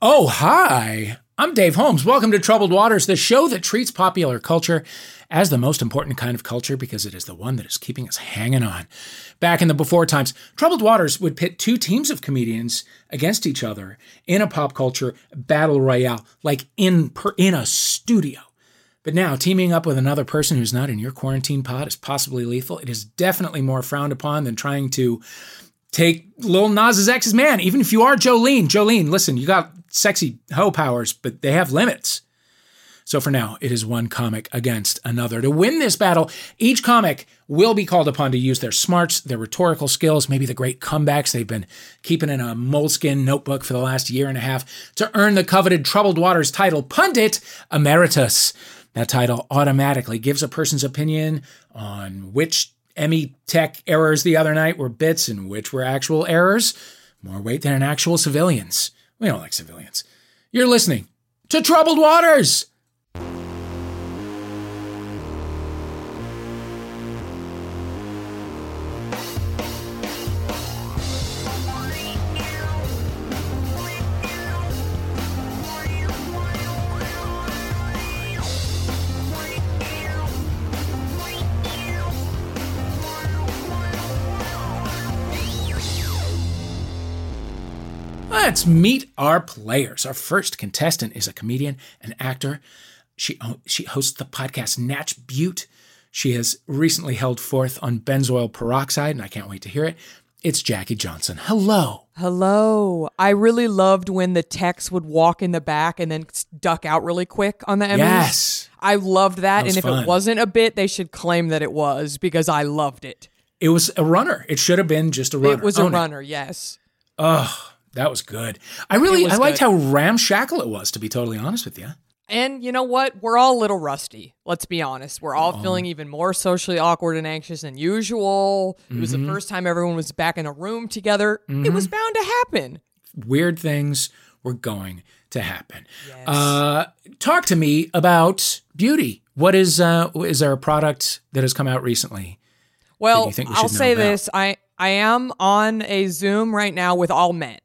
Oh, hi. I'm Dave Holmes. Welcome to Troubled Waters, the show that treats popular culture as the most important kind of culture because it is the one that is keeping us hanging on. Back in the before times, Troubled Waters would pit two teams of comedians against each other in a pop culture battle royale, like in per, in a studio. But now, teaming up with another person who's not in your quarantine pod is possibly lethal. It is definitely more frowned upon than trying to take Lil Nas X's man, even if you are Jolene. Jolene, listen, you got sexy hoe powers, but they have limits. So for now, it is one comic against another. To win this battle, each comic will be called upon to use their smarts, their rhetorical skills, maybe the great comebacks they've been keeping in a moleskin notebook for the last year and a half to earn the coveted Troubled Waters title, Pundit Emeritus. That title automatically gives a person's opinion on which Emmy Tech errors the other night were bits and which were actual errors. More weight than an actual civilian's. We don't like civilians. You're listening to Troubled Waters. Let's meet our players. Our first contestant is a comedian, an actor. She she hosts the podcast Natch Butte. She has recently held forth on benzoyl peroxide, and I can't wait to hear it. It's Jackie Johnson. Hello. Hello. I really loved when the techs would walk in the back and then duck out really quick on the Emmys. Yes. I loved that. That was and if fun. it wasn't a bit, they should claim that it was because I loved it. It was a runner. It should have been just a runner. It was a Own runner, yes. Oh, that was good. I really It was I liked good. how ramshackle it was, to be totally honest with you. And you know what? We're all a little rusty. Let's be honest. We're all Oh. feeling even more socially awkward and anxious than usual. It was Mm-hmm. the first time everyone was back in a room together. It was bound to happen. Weird things were going to happen. Uh, talk to me about beauty. What is uh, is there a product that has come out recently? Well, you think we should I'll know say about? this. I I am on a Zoom right now with all men.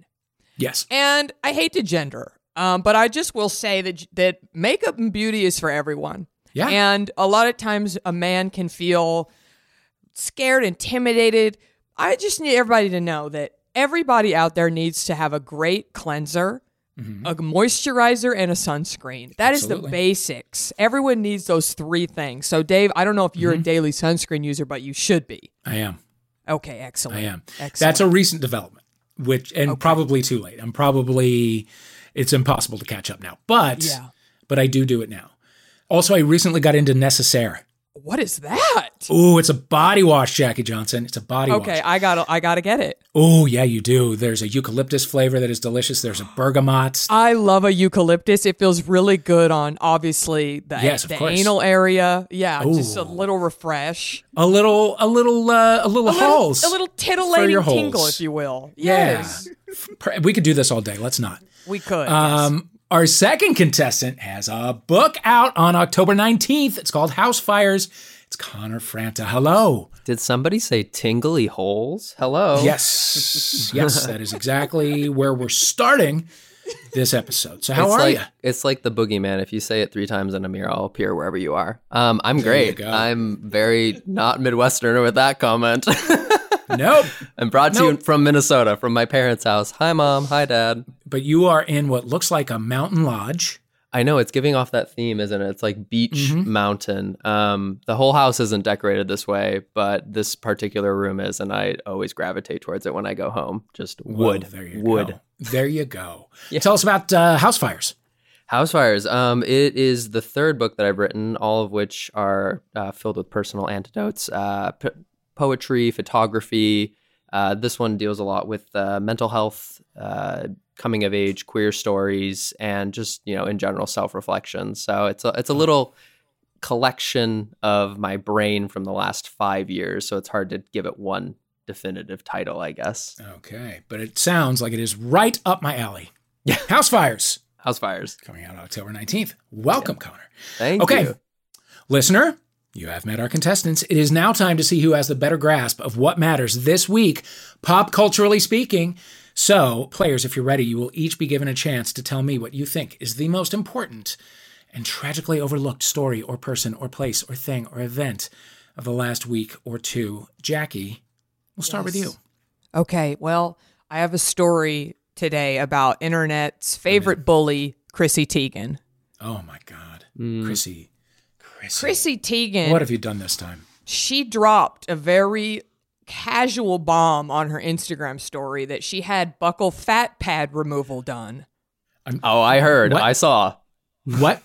Yes. And I hate to gender, um, but I just will say that that makeup and beauty is for everyone. Yeah. And a lot of times a man can feel scared, intimidated. I just need everybody to know that everybody out there needs to have a great cleanser, a moisturizer, and a sunscreen. That is Mm-hmm. Absolutely. the basics. Everyone needs those three things. So, Dave, I don't know if you're Mm-hmm. a daily sunscreen user, but you should be. I am. Okay, excellent. I am. Excellent. That's a recent development, which and probably too late. I'm probably it's impossible to catch up now. But Yeah. but I do do it now. Also, I recently got into Necessaire. what is that? Ooh, it's a body wash, Jackie Johnson. It's a body wash. Okay, I got to I got to get it. Oh, yeah, you do. There's a eucalyptus flavor that is delicious. There's a bergamot. I love a eucalyptus. It feels really good on obviously the, Yes, of the course. anal area. Yeah, just a Ooh. little refresh. A little, a little, uh, a little A little- hulls. A little titillating your tingle, holes. if you will. Yeah. Yes. Per- We could do this all day. Let's not. We could. Um, our second contestant has a book out on October 19th. It's called House Fires. It's Connor Franta. Hello. Did somebody say tingly holes? Hello. Yes. yes, that is exactly where we're starting this episode. So, how it's are like you? it's like the boogeyman. If you say it three times in a mirror, I'll appear wherever you are. Um, I'm great. go. I'm very not Midwesterner with that comment. Nope. I'm brought to you from Minnesota, from my parents' house. Hi, mom. Hi, dad. But you are in what looks like a mountain lodge. I know it's giving off that theme, isn't it? It's like beach, Mm-hmm. mountain. Um, the whole house isn't decorated this way, but this particular room is, and I always gravitate towards it when I go home. Just Well, wood, there you wood. Go. There you go. Yeah. Tell us about uh, house fires. Housefires. Um, it is the third book that I've written, all of which are uh, filled with personal antidotes, uh, p- poetry, photography. Uh, this one deals a lot with uh, mental health, uh, coming of age, queer stories, and just you know in general self reflection. So it's a it's a little collection of my brain from the last five years. So it's hard to give it one definitive title, I guess. Okay, but it sounds like it is right up my alley. Yeah. House fires Housefires. coming out October 19th. Welcome, Connor. Thank Okay. you. Listener, you have met our contestants. It is now time to see who has the better grasp of what matters this week, pop culturally speaking. So, players, if you're ready, you will each be given a chance to tell me what you think is the most important and tragically overlooked story or person or place or thing or event of the last week or two. Jackie, we'll start with you. Yes. Okay, well, I have a story today about internet's favorite bully, Chrissy Teigen. Oh my God. Mm. Chrissy. Chrissy. Chrissy Teigen, What have you done this time? she dropped a very casual bomb on her Instagram story that she had buckle fat pad removal done Oh, I heard. What? I saw. What?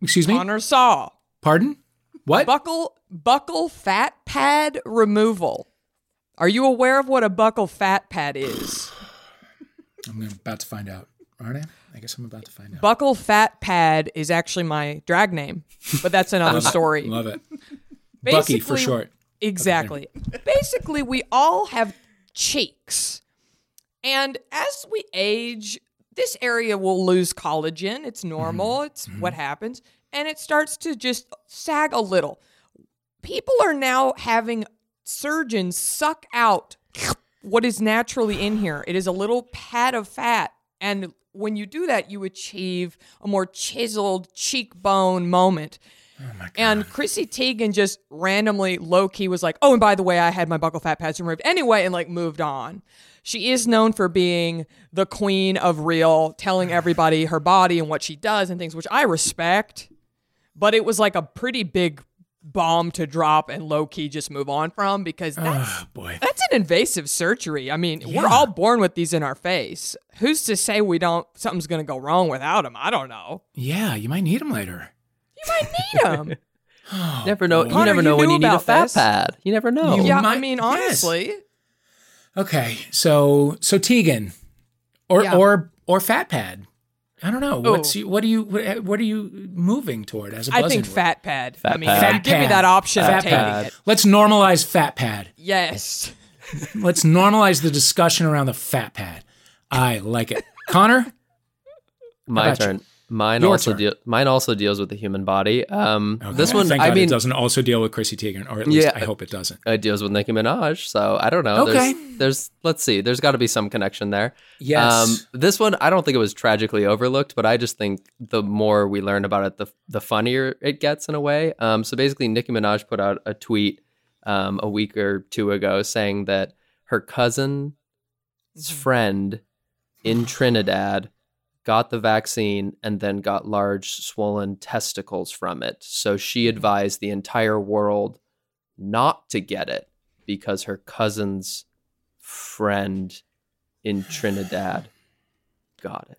Excuse me? on her saw. Pardon? What? Buckle buckle fat pad removal. Are you aware of what a buckle fat pad is? I'm about to find out, aren't I? I guess I'm about to find out. Buckle Fat Pad is actually my drag name, but that's another story. Love it. Bucky Basically- for short. Exactly. Basically, we all have cheeks. And as we age, this area will lose collagen. It's Mm-hmm. normal, it's what happens. And it starts to just sag a little. People are now having surgeons suck out what is naturally in here. It is a little pad of fat. And when you do that, you achieve a more chiseled cheekbone moment. Oh my God. And Chrissy Teigen just randomly low key was like, "Oh, and by the way, I had my buckle fat pads removed anyway," and like moved on. She is known for being the queen of real, telling everybody her body and what she does and things, which I respect. But it was like a pretty big bomb to drop and low key just move on from because that's oh boy. that's an invasive surgery. I mean, we're all born with these in our face. Who's to say we don't something's going to go wrong without them? I don't know. Yeah, you might need him later. You might need them. Oh, Never know. boy. you Connor, never you know when knew you need a about fat this. pad. You never know. You- yeah, might- I mean, yes. honestly. Okay, so so Tegan, or Yeah. or or Fat Pad. I don't know. What's Ooh. you, what are you what, what are you moving toward as a I buzzing think word? fat pad. I mean, pad. if you Fat give me pad. that option, I'm Fat taking pad. it. Let's normalize Fat Pad. Yes. Let's normalize the discussion around the Fat Pad. I like it. Connor, My about you? turn. Mine Your also turn. deal. Mine also deals with the human body. Um, Okay, this one, thank I God mean, it doesn't also deal with Chrissy Teigen, or at least Yeah. I hope it doesn't. it deals with Nicki Minaj. So I don't know. Okay. There's, there's let's see. There's got to be some connection there. Yes. Um, this one, I don't think it was tragically overlooked, but I just think the more we learn about it, the the funnier it gets in a way. Um, so basically, Nicki Minaj put out a tweet um, a week or two ago saying that her cousin's friend in Trinidad got the vaccine and then got large swollen testicles from it. So she advised the entire world not to get it because her cousin's friend in Trinidad got it.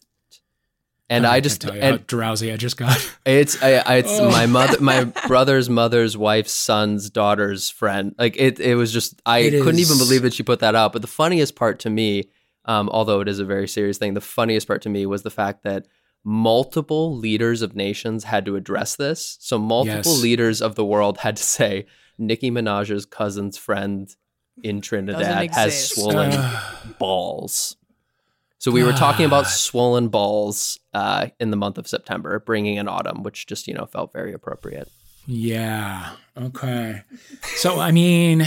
And Oh, I can't just tell you and how drowsy I just got. it's I, I, it's Oh. my mother, my brother's mother's wife's son's daughter's friend. Like it, it was just I It couldn't even is- believe that she put that out. But the funniest part to me, um, although it is a very serious thing, the funniest part to me was the fact that multiple leaders of nations had to address this. So multiple Yes. leaders of the world had to say Nicki Minaj's cousin's friend in Trinidad has exist. swollen balls. So we were talking about God. swollen balls uh, in the month of September, bringing in autumn, which just you know felt very appropriate. Yeah. Okay. So I mean,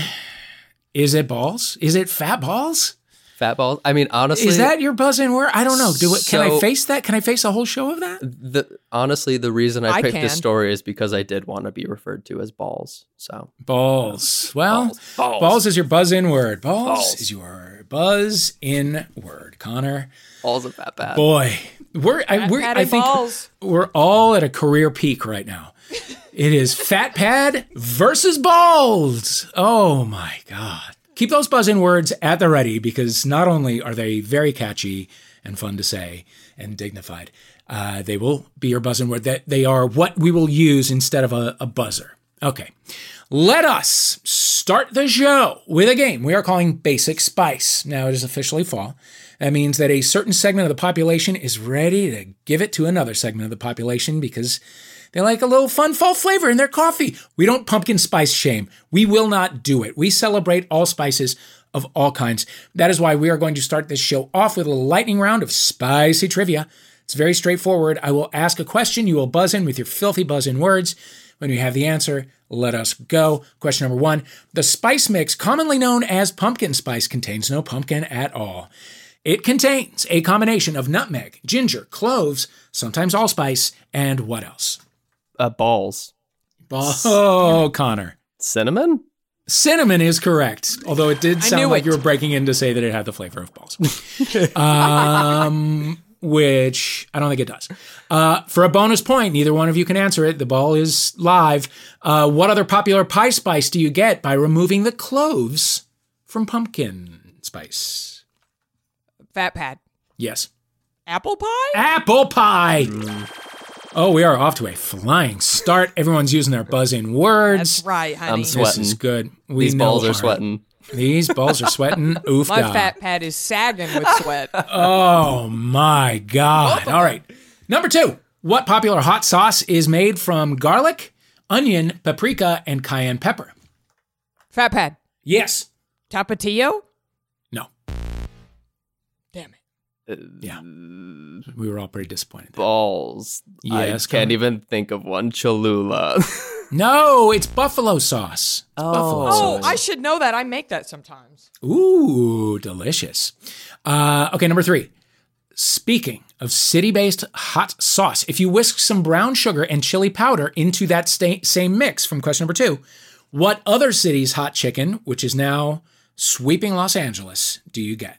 is it balls? Is it fat balls? Fat balls. I mean, honestly, Is that your buzzing word? I don't know. Do it, can I So- face that? Can I face a whole show of that? the honestly the reason I, I picked this can. story is because I did want to be referred to as balls. So Balls. Well, balls, balls, balls. is your buzz in word. Balls, Balls. is your buzz in word. Connor, balls of fat bad. boy, we're I, we're Pat I and think balls. we're all at a career peak right now. It is fat pad versus balls. Oh my God. Keep those buzz in words at the ready because not only are they very catchy and fun to say and dignified, uh, they will be your buzz in word. That they are what we will use instead of a, a buzzer. Okay. Let us start the show with a game we are calling Basic Spice. Now it is officially fall. That means that a certain segment of the population is ready to give it to another segment of the population because they like a little fun fall flavor in their coffee. We don't pumpkin spice shame. We will not do it. We celebrate all spices of all kinds. That is why we are going to start this show off with a lightning round of spicy trivia. It's very straightforward. I will ask a question. You will buzz in with your filthy buzz in words. When you have the answer, let us go. Question number one The spice mix, commonly known as pumpkin spice, contains no pumpkin at all. It contains a combination of nutmeg, ginger, cloves, sometimes allspice, and what else? Uh, balls. Oh, Connor. Cinnamon? Cinnamon is correct, although it did sound knew like it. you were breaking in to say that it had the flavor of balls, um, which I don't think it does. Uh, for a bonus point, neither one of you can answer it. The ball is live. Uh, what other popular pie spice do you get by removing the cloves from pumpkin spice? Fat pad. Yes, Apple pie? apple pie. Oh, we are off to a flying start. Everyone's using their buzz in words. That's right, honey. I'm sweating. This is good. We These know balls are our- sweating. These balls are sweating. Oof. My da. fat pad is sagging with sweat. Oh my God. All right. Number two. What popular hot sauce is made from garlic, onion, paprika, and cayenne pepper? fat pad. Yes. Tapatio? No. Damn it. Yeah. We were all pretty disappointed. Balls. Yes, I can't Connor. even think of one. Cholula. No, it's buffalo sauce. It's buffalo Oh, sauce. I should know that. I make that sometimes. Ooh, delicious. Uh, okay, number three. Speaking of city based hot sauce, if you whisk some brown sugar and chili powder into that sta- same mix from question number two, what other city's hot chicken, which is now sweeping Los Angeles, do you get?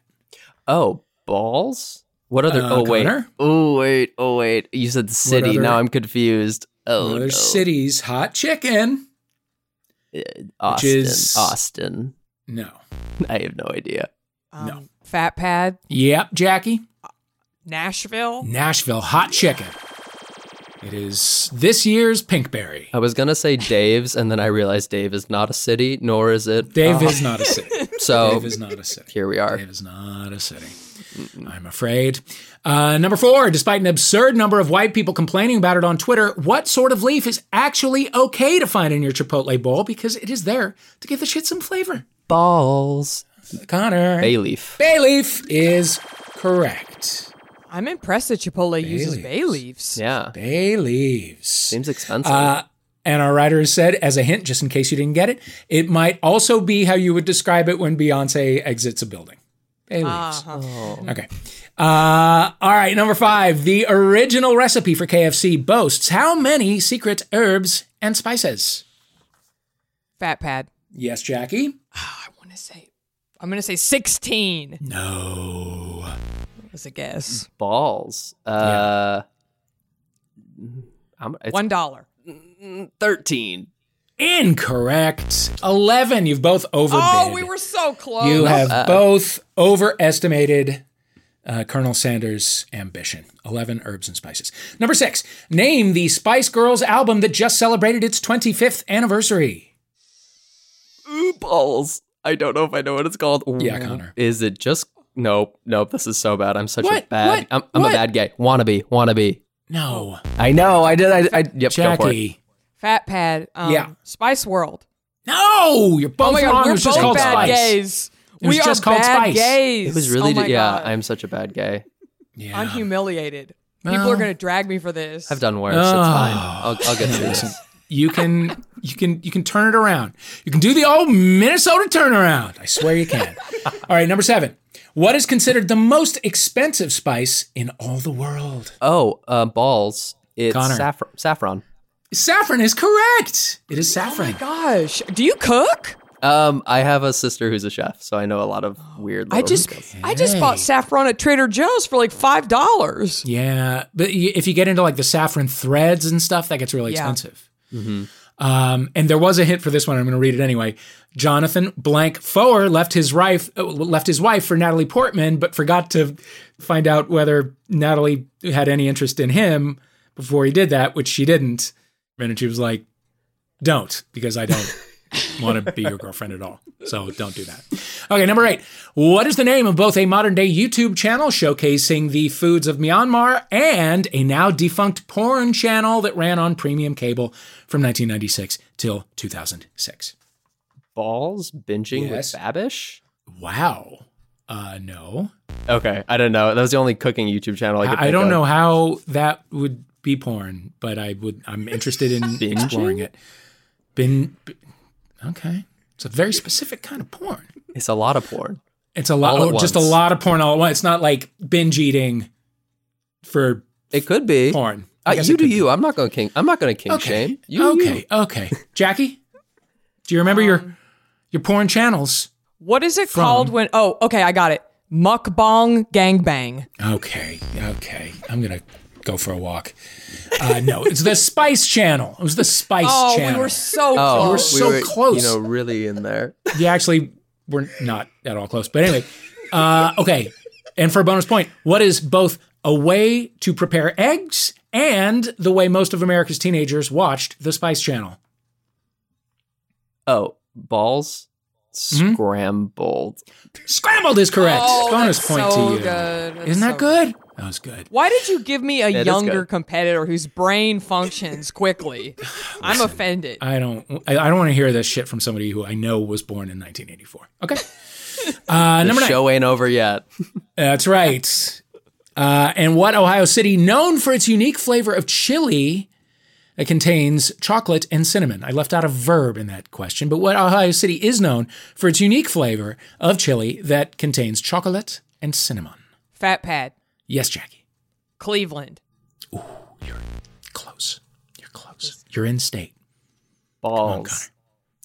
oh, balls? What other? Uh, oh, wait. Connor? Oh, wait. Oh, wait. You said city. other- Now I'm confused. Oh, other no. city's hot chicken? Austin. is- Austin. No. I have no idea. Um, No. Fat pad. Yep, Jackie. Nashville. Nashville hot chicken. It is this year's Pinkberry. I was gonna say Dave's, and then I realized Dave is not a city, nor is it. Dave Austin. is not a city. So Dave is not a city. here we are. It is not a city. I'm afraid. Uh, number four, despite an absurd number of white people complaining about it on Twitter, what sort of leaf is actually okay to find in your Chipotle bowl because it is there to give the shit some flavor? Balls. Connor. Bay leaf. bay leaf is correct. I'm impressed that Chipotle uses bay leaves. Yeah. Bay leaves. Seems expensive. Uh, and our writer has said, as a hint, just in case you didn't get it, it might also be how you would describe it when Beyonce exits a building. Bay leaves. Uh-huh. Okay. Uh, all right, number five. The original recipe for KFC boasts how many secret herbs and spices? Fat pad. Yes, Jackie. I want to say, I'm going to say 16 No. as a Mm. guess. balls. Uh, I'm, it's One dollar. 13. Incorrect. Eleven. You've both overbid. Oh, we were so close. You have both overestimated uh, Colonel Sanders' ambition. 11 herbs and spices. Number six, name the Spice Girls album that just celebrated its 25th anniversary. Ooh, balls. I don't know if I know what it's called. Yeah, Connor. Is it just. Nope. Nope. This is so bad. I'm such a What? bad. What? I'm, I'm a What? bad guy. Wannabe. Wannabe. No. I know. I did. I. I yep. Go for it. Jackie. Fat pad. Um, Yeah. Spice World. No, you're both Oh my wrong. God, it we're was just both called bad Spice. gays. It was we just are called bad Spice. gays. It was Oh really. my yeah. God. I'm such a bad guy. Yeah. I'm humiliated. Well. People are going to drag me for this. I've done worse. Oh. It's fine. I'll, I'll get through this. you can you can you can turn it around. You can do the old Minnesota turnaround. I swear you can. all right, number seven. What is considered the most expensive spice in all the world? Oh, uh, balls. It's Connor. saffron. Saffron. Saffron is correct. It is saffron. Gosh, do you cook? Um, I have a sister who's a chef, so I know a lot of weird. I little just I just bought saffron at Trader Joe's for like five dollars. Yeah, but y- if you get into like the saffron threads and stuff, that gets really Yeah. expensive. Um, and there was a hint for this one. I'm going to read it anyway. Jonathan Blank Foer left his wife uh, left his wife for Natalie Portman, but forgot to find out whether Natalie had any interest in him before he did that, which she didn't. And she was like, "Don't, because I don't." want to be your girlfriend at all. So don't do that. Okay, number eight. What is the name of both a modern day YouTube channel showcasing the foods of Myanmar and a now defunct porn channel that ran on premium cable from 1996 till 2006? balls binging Yes. with Babish. Wow. Uh, no. Okay, I don't know. That was the only cooking YouTube channel I could. I, I think don't of. know how that would be porn, but I would. I'm interested in exploring it. Been, b- okay. It's a very specific kind of porn. It's a lot of porn. It's a lot, All at oh, just a once. lot of porn all at once. It's not like binge eating for It could be. porn. I Uh, guess you it do could be. you. I'm not going to king. I'm not going to king Okay. shame. You, do okay. you. Okay. Jackie, do you remember your your porn channels? What is it called when? Oh, okay, I got it. Mukbang gangbang. Okay. Okay. I'm gonna go for a walk. Uh, no, it's the Spice Channel. It was the Spice Oh, Channel. we were so Oh, close. so close. You know, really in there. you actually were not at all close. But anyway, uh, okay. And for a bonus point, what is both a way to prepare eggs and the way most of America's teenagers watched the Spice Channel? Oh, balls Mm-hmm. scrambled. Scrambled is correct. Oh, bonus that's point so to you. good. That's Isn't that so good? That was good. Why did you give me a is younger good. competitor whose brain functions quickly? I'm offended. I don't. I, I don't want to hear this shit from somebody who I know was born in 1984. Okay. Uh, The number nine. Oh, show ain't over yet. That's right. Uh, and what Ohio City, known for its unique flavor of chili, that contains chocolate and cinnamon. I left out a verb in that question, but what Ohio City is known for its unique flavor of chili that contains chocolate and cinnamon. Fat Pad, Yes, Jackie. Cleveland. Close. You're close. You're in state. Balls.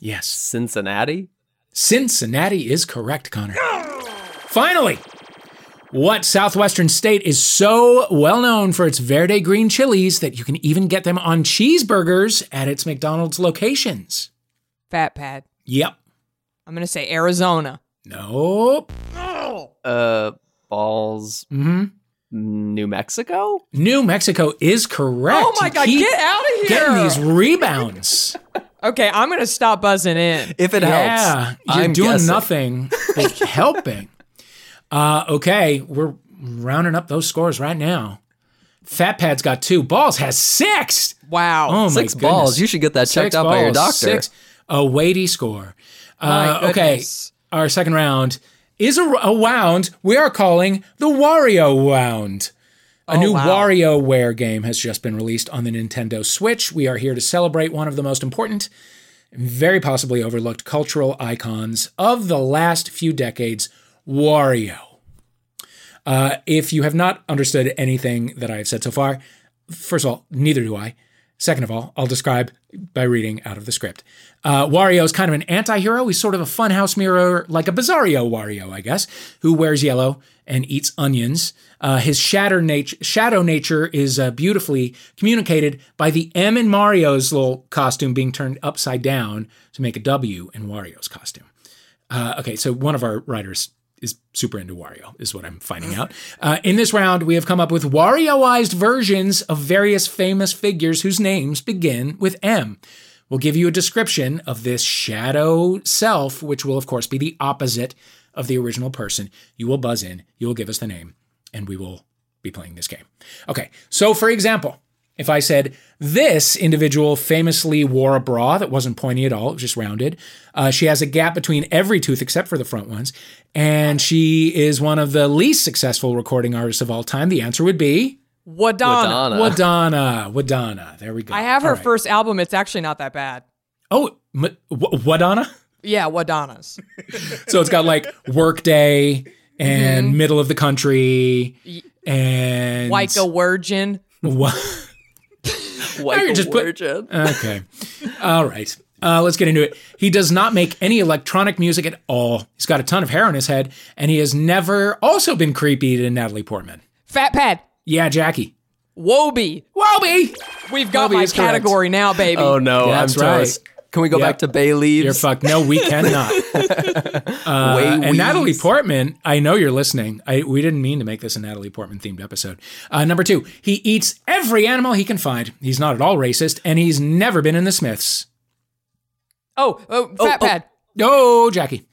Yes. Cincinnati. Cincinnati is correct, Connor. Finally, what southwestern state is so well known for its verde green chilies that you can even get them on cheeseburgers at its McDonald's locations? Fat Pad. Yep. I'm gonna say Arizona. Nope. Uh, balls. hmm New Mexico. New Mexico is correct. Oh my You god, keep get out of here! Getting these rebounds. Okay, I'm gonna stop buzzing in. If it yeah, helps. you're I'm doing guessing. nothing but helping. Uh, okay, we're rounding up those scores right now. Fat Pad's got two. Balls has six. Wow. Oh my Six balls. goodness. You should get that checked Six out by your balls, doctor. Six. A weighty score. My Uh, okay, goodness. our second round is a, a wound we are calling the Wario Wound. A Oh, new wow. WarioWare game has just been released on the Nintendo Switch. We are here to celebrate one of the most important, very possibly overlooked cultural icons of the last few decades, Wario. Uh, if you have not understood anything that I have said so far, first of all, neither do I. Second of all, I'll describe by reading out of the script. Uh, Wario is kind of an anti hero. He's sort of a funhouse mirror, like a Bizarro Wario, I guess, who wears yellow and eats onions. Uh, his shatter nature, shadow nature is uh, beautifully communicated by the M in Mario's little costume being turned upside down to make a W in Wario's costume. Uh, okay, so one of our writers is super into Wario, is what I'm finding out. Uh, in this round, we have come up with Warioized versions of various famous figures whose names begin with M. We'll give you a description of this shadow self, which will, of course, be the opposite of the original person. You will buzz in, you will give us the name, and we will be playing this game. Okay, so for example, if I said this individual famously wore a bra that wasn't pointy at all, it was just rounded. Uh, she has a gap between every tooth except for the front ones, and she is one of the least successful recording artists of all time. The answer would be Wadonna. Madonna. Wadonna. Wadonna. There we go. I have her All right. first album. It's actually not that bad. Oh, M- W- Wadonna. Yeah, Wadonna's. So it's got like workday and Mm-hmm. middle of the country and Like a virgin. Wa- White you're just put- Uh, virgin. Okay. all right. Uh, let's get into it. He does not make any electronic music at all. He's got a ton of hair on his head, and he has never also been creepy to Natalie Portman. Fat Pad. Yeah, Jackie. Wobie. Wobby! We've got Wobie my is correct. category now, baby. oh no, That's I'm toast. Can we go Yep. back to bay leaves? You're fucked. No, we cannot. Uh, Way and weaves. Natalie Portman, I know you're listening. I, we didn't mean to make this a Natalie Portman themed episode. Uh, number two, he eats every animal he can find. He's not at all racist, and he's never been in the Smiths. Oh, oh, Fat oh. Pad. No, Jackie.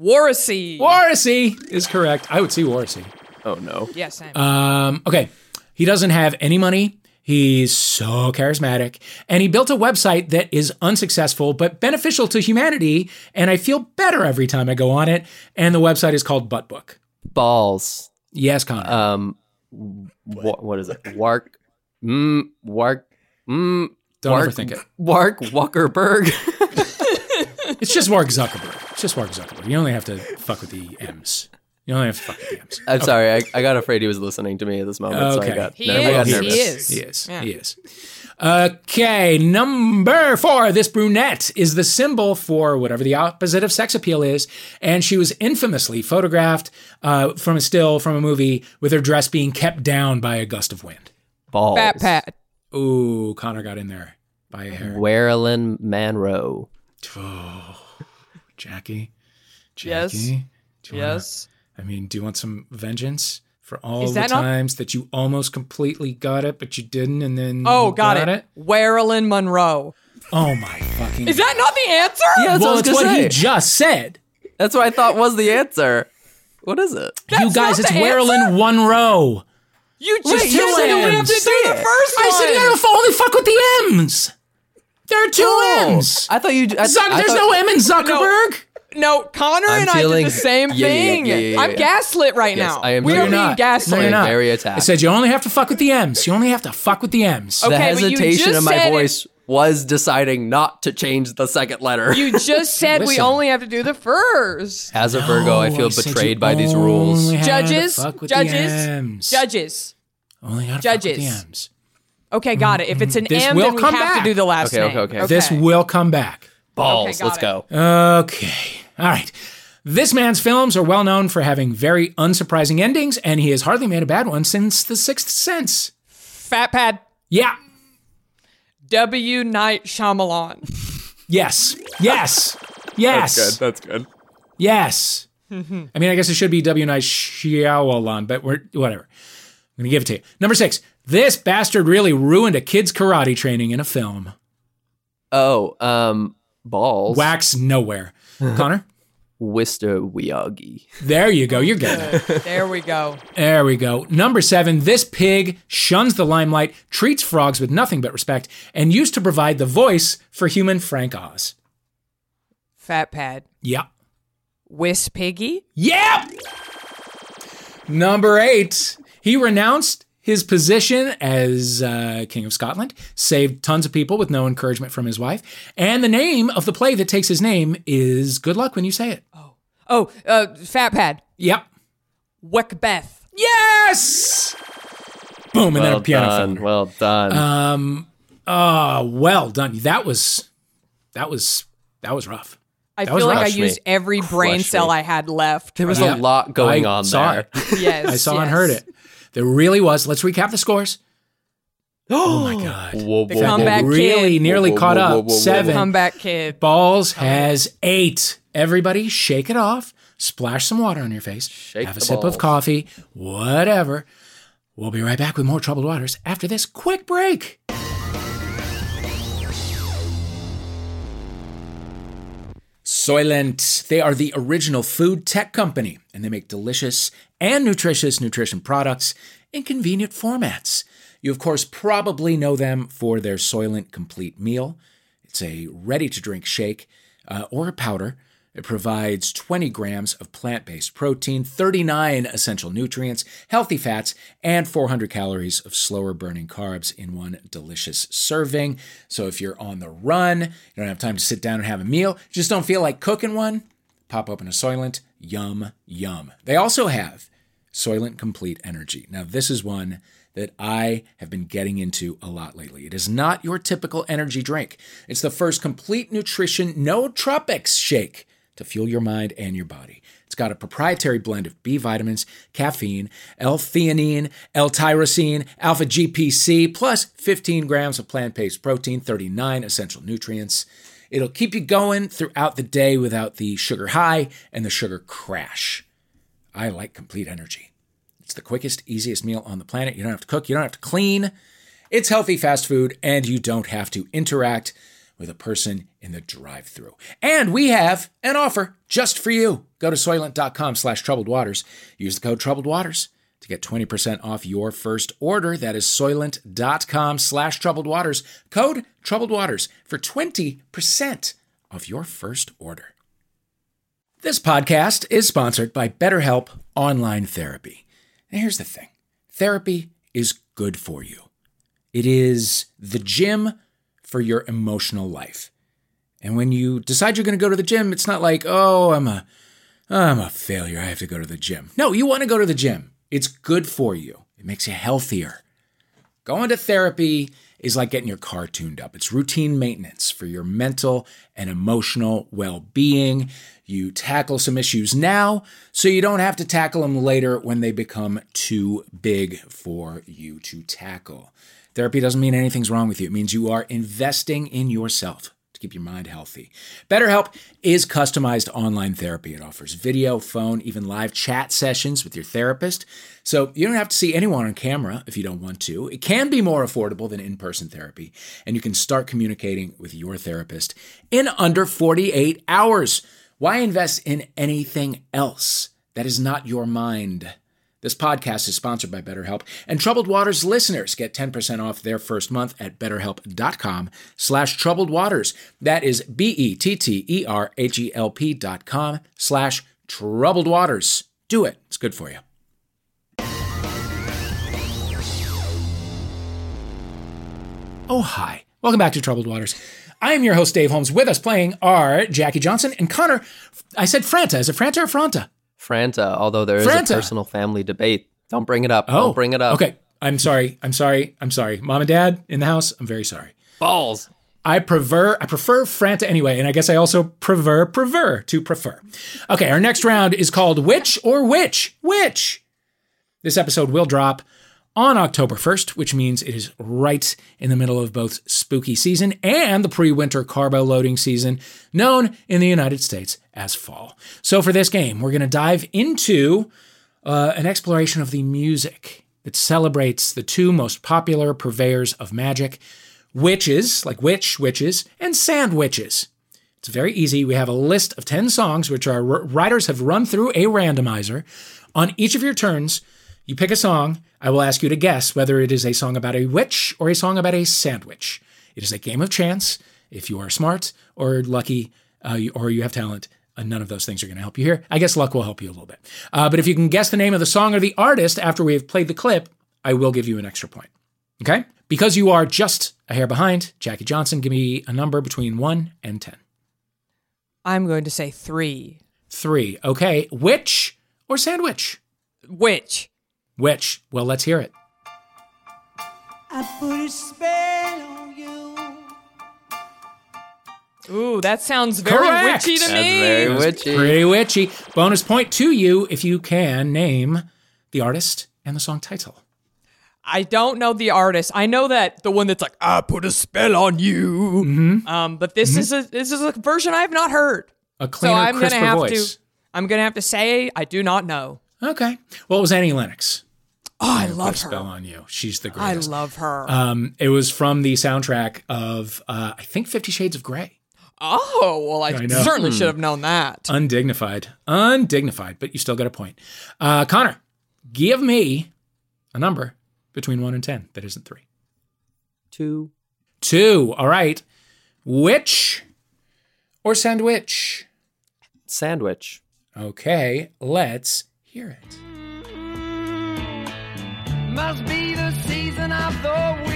Warisi. Warrissey is correct. I would see Warrissey. Oh no. Yeah, same. Um, okay. He doesn't have any money. He's so charismatic. And he built a website that is unsuccessful, but beneficial to humanity. And I feel better every time I go on it. And the website is called Buttbook. Balls. Yes, Connor. Um, what, what is it? Wark. Mm, Wark. Mm, Don't Wark, overthink it. Wark Zuckerberg. It's just Mark Zuckerberg. It's just Mark Zuckerberg. You only have to fuck with the M's. You only have five DMs. I'm sorry. I, I got afraid he was listening to me at this moment. So I Okay. got, He nervous. I got is, he nervous. is. He is. Yeah. He is. Okay, number four. This brunette is the symbol for whatever the opposite of sex appeal is, and she was infamously photographed uh, from a still from a movie with her dress being kept down by a gust of wind. Oh. Balls. Fat Pat. Ooh, Connor got in there by a hair. Marilyn Monroe. Oh, Jackie. Jackie. Yes. do you wanna- Yes. I mean, do you want some vengeance for all Is the that not- times that you almost completely got it, but you didn't, and then Oh, you got, it. Marilyn Monroe. Oh my fucking! Is that not the answer? Yeah. That's what I well, was it's gonna what say. he just said. That's what I thought was the answer. What is it? you guys, not it's the Marilyn Monroe. You just Wait, you two said you would have M's. to do Say the it. first one. I said you gotta f- only fuck with the M's. There are two Oh, M's. I thought you. I, Zuck, I there's thought- no M in Zuckerberg. no, Connor I'm and I did feeling- the same yeah, yeah, yeah, thing. yeah, yeah, I'm yeah. gaslit right Yes, now. I am we too. are You're being not. No, gaslit. you're not. Very I attacked. said you only have to fuck with the M's. You only have to fuck with the M's. the Okay, but you hesitation just in my said it- voice was deciding not to change the second letter. You just said we Listen. only have to do the first. As a Virgo, I Oh, feel said betrayed you by these rules. only had to Judges, fuck with the judges, M's. Judges. Only gotta fuck with judges. the M's. Okay, got it. If it's an This M, will then we have come back. to do the last Okay, okay, name. okay. This will come back. Balls. Okay, got Let's it. go. Okay. All right. This man's films are well known for having very unsurprising endings, and he has hardly made a bad one since The Sixth Sense. Fat Pad Yeah. W Night Shyamalan. Yes. Yes. Yes. That's good. Yes. I mean, I guess it should be W. Night Shyamalan, but we're whatever. I'm gonna give it to you. Number six. This bastard really ruined a kid's karate training in a film. Oh, um, balls. Wax nowhere. Connor, Wister Wiyagi. there you go. You're good. there we go. There we go. Number seven, this pig shuns the limelight, treats frogs with nothing but respect, and used to provide the voice for human Frank Oz. Fat Pad. Yeah. Whis Piggy. Yep. Number eight, he renounced his position as uh, King of Scotland, saved tons of people with no encouragement from his wife, and the name of the play that takes his name is Good Luck When You Say It. Oh, uh, Fat Pad. Yep. Wickbeth. Yes. Boom, and then Well a piano Uh, done. filler. Well done. Ah, well done. That was that was that was rough. I was feel like I rough. used Crush me. every brain Crush cell me. I had left. there was yeah. a lot going I on saw there. it. Yes, I saw and yes. heard it. There really was. Let's recap the scores. oh my god. Whoa, whoa, whoa, comeback whoa. really kid. nearly Whoa, whoa, caught whoa, up. whoa, whoa, whoa. Seven. Comeback kid. Balls has eight. Everybody, shake it off. Splash some water on your face. Shake Have a the sip balls. of coffee. Whatever. We'll be right back with more troubled waters after this quick break. Soylent. They are the original food tech company, and they make delicious and nutritious nutrition products in convenient formats. You, of course, probably know them for their Soylent Complete Meal. It's a ready to drink shake uh, or a powder. It provides 20 grams of plant based protein, 39 essential nutrients, healthy fats, and 400 calories of slower burning carbs in one delicious serving. So if you're on the run, you don't have time to sit down and have a meal, just don't feel like cooking one, pop open a Soylent. Yum, yum. They also have Soylent Complete Energy. Now, this is one that I have been getting into a lot lately. It is not your typical energy drink. It's the first complete nutrition, no tropics shake to fuel your mind and your body. It's got a proprietary blend of B vitamins, caffeine, L-theanine, L-tyrosine, alpha GPC, plus 15 grams of plant-based protein, 39 essential nutrients. It'll keep you going throughout the day without the sugar high and the sugar crash. I like complete energy. It's the quickest, easiest meal on the planet. You don't have to cook, you don't have to clean. It's healthy fast food, and you don't have to interact with a person in the drive-through. And we have an offer just for you. Go to Soylent.com slash troubled waters. Use the code troubled waters to get 20% off your first order. That is Soylent.com slash troubled waters. Code troubled waters for 20% off your first order. This podcast is sponsored by BetterHelp Online Therapy. And here's the thing therapy is good for you, it is the gym for your emotional life. And when you decide you're going to go to the gym, it's not like, oh, I'm a I'm a failure. I have to go to the gym. No, you want to go to the gym. It's good for you, it makes you healthier. Going to therapy is like getting your car tuned up. It's routine maintenance for your mental and emotional well being. You tackle some issues now so you don't have to tackle them later when they become too big for you to tackle. Therapy doesn't mean anything's wrong with you, it means you are investing in yourself to keep your mind healthy. BetterHelp is customized online therapy. It offers video, phone, even live chat sessions with your therapist. So you don't have to see anyone on camera if you don't want to. It can be more affordable than in person therapy, and you can start communicating with your therapist in under 48 hours. Why invest in anything else? That is not your mind. This podcast is sponsored by BetterHelp, and Troubled Waters listeners get 10% off their first month at betterhelp.com slash troubled waters. That is E B-E-T-T-E-R-H-E-L-P E dot com slash troubled waters. Do it. It's good for you. Oh, hi. Welcome back to Troubled Waters. I am your host, Dave Holmes. With us playing are Jackie Johnson and Connor. I said Franta. Is it Franta or Franta? Franta, although there is Franta. a personal family debate. Don't bring it up. Don't bring it up. Oh, Okay. I'm sorry. I'm sorry. I'm sorry. Mom and dad in the house. I'm very sorry. Balls. I prefer I prefer Franta anyway, and I guess I also prefer prefer to prefer. Okay, our next round is called Which or Which? Which? This episode will drop on October 1st, which means it is right in the middle of both spooky season and the pre-winter carbo loading season, known in the United States as fall. So for this game, we're going to dive into uh, an exploration of the music that celebrates the two most popular purveyors of magic witches, like witch witches, and sand witches. It's very easy. We have a list of 10 songs which our r- writers have run through a randomizer. On each of your turns, you pick a song. I will ask you to guess whether it is a song about a witch or a song about a sandwich. It is a game of chance. If you are smart or lucky uh, you- or you have talent, uh, none of those things are going to help you here. I guess luck will help you a little bit. Uh, but if you can guess the name of the song or the artist after we have played the clip, I will give you an extra point. Okay? Because you are just a hair behind, Jackie Johnson, give me a number between 1 and 10. I'm going to say three. 3. Okay. Which or sandwich? Which? Which? Well, let's hear it. I put a spell on you. Ooh, that sounds very Correct. witchy to That's me. very witchy. Pretty witchy. Bonus point to you if you can name the artist and the song title. I don't know the artist. I know that the one that's like, I put a spell on you. Mm-hmm. Um, but this is a this is a version I have not heard. A cleaner, so I'm gonna crisper have voice. to I'm gonna have to say I do not know. Okay. Well, it was Annie Lennox. Oh, I Put a love Spell her. on you. She's the I greatest. love her. um, it was from the soundtrack of uh, I think Fifty Shades of Grey. oh, well I, I know. certainly Hmm. should have known that. Undignified. Undignified, but you still got a point. Uh, Connor, give me a number between 1 and 10 that isn't 3. Two. 2. All right. Which or sandwich? Sandwich. Okay, let's hear it. Must be the season of the witch.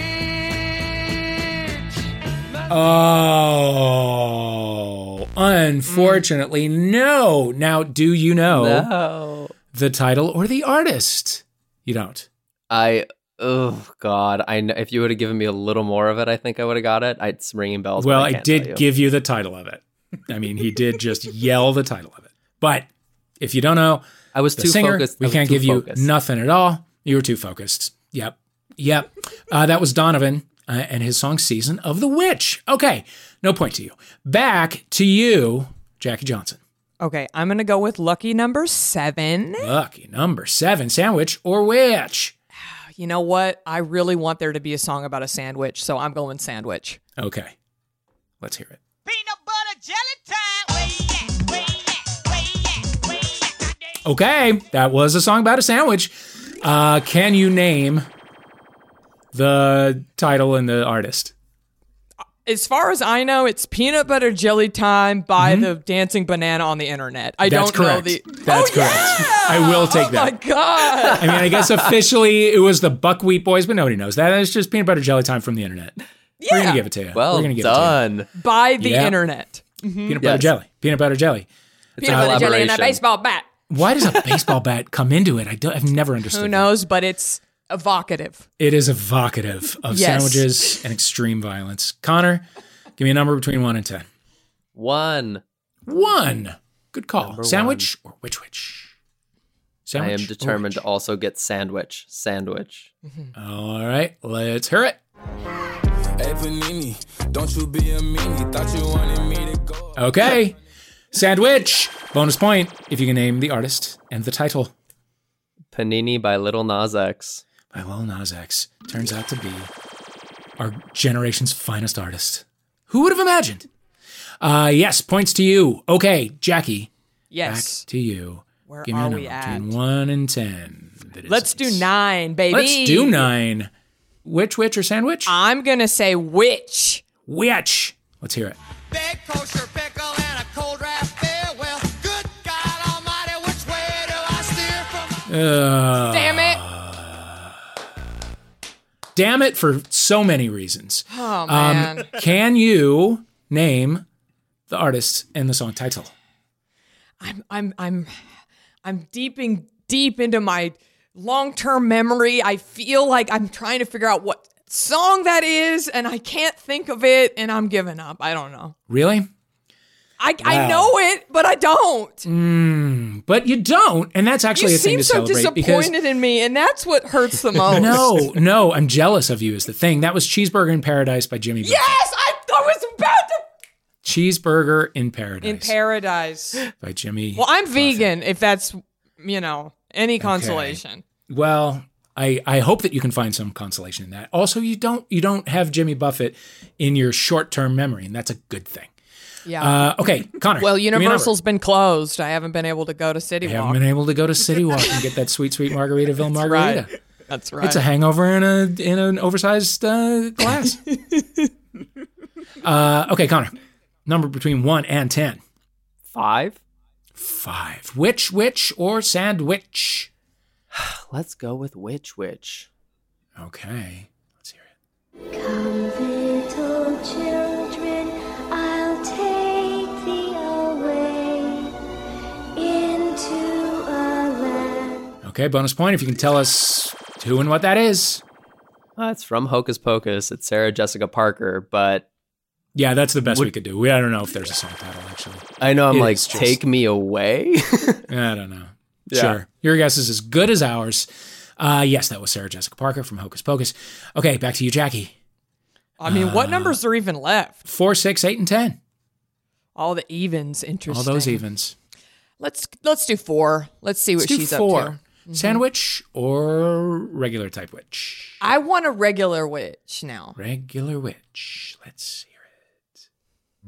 Oh, unfortunately, no. Now, do you know No. the title or the artist? You don't. I. Oh God! I know, if you would have given me a little more of it, I think I would have got it. I, it's ringing bells. but well, I, I, can't did tell you. give you the title of it. I mean, he did just yell the title of it. But if you don't know I was the too singer, focused. I we was can't too give focused. you nothing at all. You were too focused. Yep. Yep. Uh, that was Donovan uh, and his song Season of the Witch. Okay. No point to you. Back to you, Jackie Johnson. Okay, I'm gonna go with lucky number seven. Lucky number seven sandwich or which? You know what? I really want there to be a song about a sandwich, so I'm going sandwich. Okay. Let's hear it. Peanut butter jelly time. Way yeah, way yeah, way yeah, way yeah. Goddamn. Okay. That was a song about a sandwich. Uh, can you name the title and the artist? As far as I know, it's peanut butter jelly time by the dancing banana on the internet. I Mm-hmm. That's don't correct. know the That's Oh, correct. I will take oh that. my god. I mean, I guess officially it was the Buckwheat Boys, but nobody knows that. It's just peanut butter jelly time from the internet. We're Yeah. gonna give it to you. well We're gonna give done. by the Yeah. internet. it to you. Peanut butter Yes. jelly. Peanut butter jelly. a peanut butter jelly and a collaboration. baseball bat. Why does a baseball bat come into it? I don't, I've never understood. Who that. knows? But it's evocative. It is evocative of Yes. sandwiches and extreme violence. Connor, give me a number between one and ten. One. One. Good call. Number Sandwich or witch witch? I Sandwich. Hmm. am or determined to witch? also get sandwich. Sandwich. All right, let's hear it. Hey, Panini, don't you be a meanie. Thought you wanted me to go. Okay. Sandwich. Bonus point if you can name the artist and the title. Panini by Little Nas X. By Lil Nas X. Turns out to be our generation's finest artist. Who would have imagined? Uh, yes, points to you. Okay, Jackie, back Yes. to you. Where Give me a are number we at? between one and ten. That is Let's nice. do nine, baby. Let's do nine. Which, which, or sandwich? I'm gonna say which. Which? Let's hear it. Big kosher pickle and a cold draft beer. Well, good God Almighty, which way do I steer from? Uh, Damn it! damn it for so many reasons. Oh man. Can you name the artist and the song title? I'm I'm I'm I'm deeping deep into my long-term memory. I feel like I'm trying to figure out what song that is and I can't think of it and I'm giving up. I don't know. Really? I I Wow. know it, but I don't. But you don't, and that's you actually a thing seem to so celebrate because disappointed in me and that's what hurts the most. no, no, I'm jealous of you is the thing. That was Cheeseburger in Paradise by Jimmy. Buffett. Yes, I, I was about to Cheeseburger in Paradise in paradise. by Jimmy. Well, I'm vegan if that's, you know, any consolation. Well, I, I hope that you can find some consolation in that. Also, you don't you don't have Jimmy Buffett in your short term memory, and that's a good thing. Yeah. Uh, okay, Connor. well, give me a number. Universal's been closed. I haven't been able to go to City I Walk. haven't been able to go to City Walk and get that sweet, sweet Margaritaville margarita. right. That's right. It's a hangover in a in an oversized uh, glass. uh, okay, Connor. Number between one and ten. Five. Five. Which, which, or sandwich? Let's go with which which. Okay. Let's hear it. Come, little children, I'll take thee away into a land. Okay, bonus point if you can tell us who and what that is. Uh, it's from Hocus Pocus. It's Sarah Jessica Parker, but Yeah, that's the best we Would- could do. We, I don't know if there's a song title actually. I know I'm It like, is just- take me away. I don't know. Yeah. Sure. Your guess is as good as ours. Uh, yes, that was Sarah Jessica Parker from Hocus Pocus. Okay, back to you, Jackie. I mean, Ah. what numbers are even left? Four, six, eight, and ten. All the evens, interesting. All those evens. Let's let's do four. Let's see what Let's do she's four. up Mm-hmm. to. Sandwich or regular type witch? I want a regular witch now. Regular witch. Let's hear it.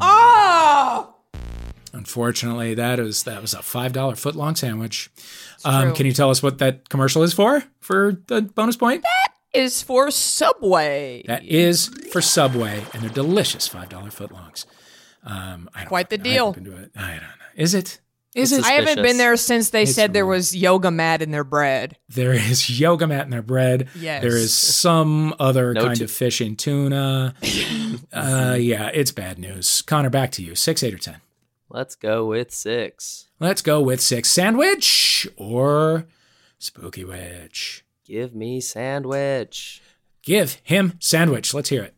Oh, Unfortunately, that is that was a five dollar foot long sandwich. true. Um, can you tell us what that commercial is for? For the bonus point, is for Subway. that is for Subway, and they're delicious five dollar foot longs. Um, I don't Quite the fucking know. I deal. haven't been to it. I don't know. Is it? Is It's it? a- I haven't suspicious. been there since they It's said there weird. was yoga mat in their bread. there is yoga mat in their bread. Yes. There is some other No kind t- of fish in tuna. uh, yeah, it's bad news. Connor, back to you. Six, eight, or ten. Let's go with six. Let's go with six sandwich or spooky witch. Give me sandwich. Give him sandwich. Let's hear it.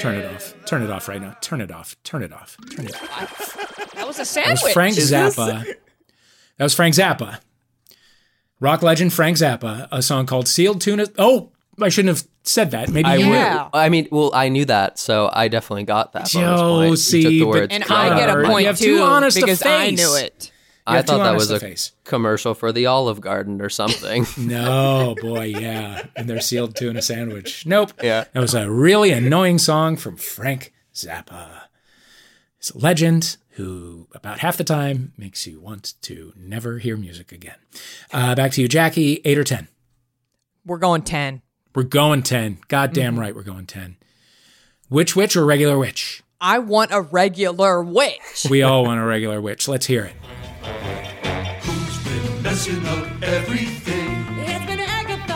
Turn it off. Turn it off right now. Turn it off. Turn it off. Turn it off. That was That a was sandwich. Frank Zappa. That was Frank Zappa. Rock legend Frank Zappa, a song called Sealed Tuna. Oh, I shouldn't have said that. Maybe I you would- knew. Yeah. will. I mean, well, I knew that, so I definitely got that. bonus point. Joe, You see, took the but- words and right I get out of a it. You point have too too honest a because I face. knew it. You I have thought two that honest was a face. commercial for the Olive Garden or something. No, boy, yeah. And they're sealed tuna sandwich. Nope. Yeah. That was a really annoying song from Frank Zappa. He's a legend who, about half the time, makes you want to never hear music again. Uh, back to you, Jackie. Eight or 10. We're going ten. We're going 10. Goddamn right, we're going 10. Which, which, or regular witch? I want a regular witch. We all want a regular witch. Let's hear it. Who's been messing up everything? It's been Agatha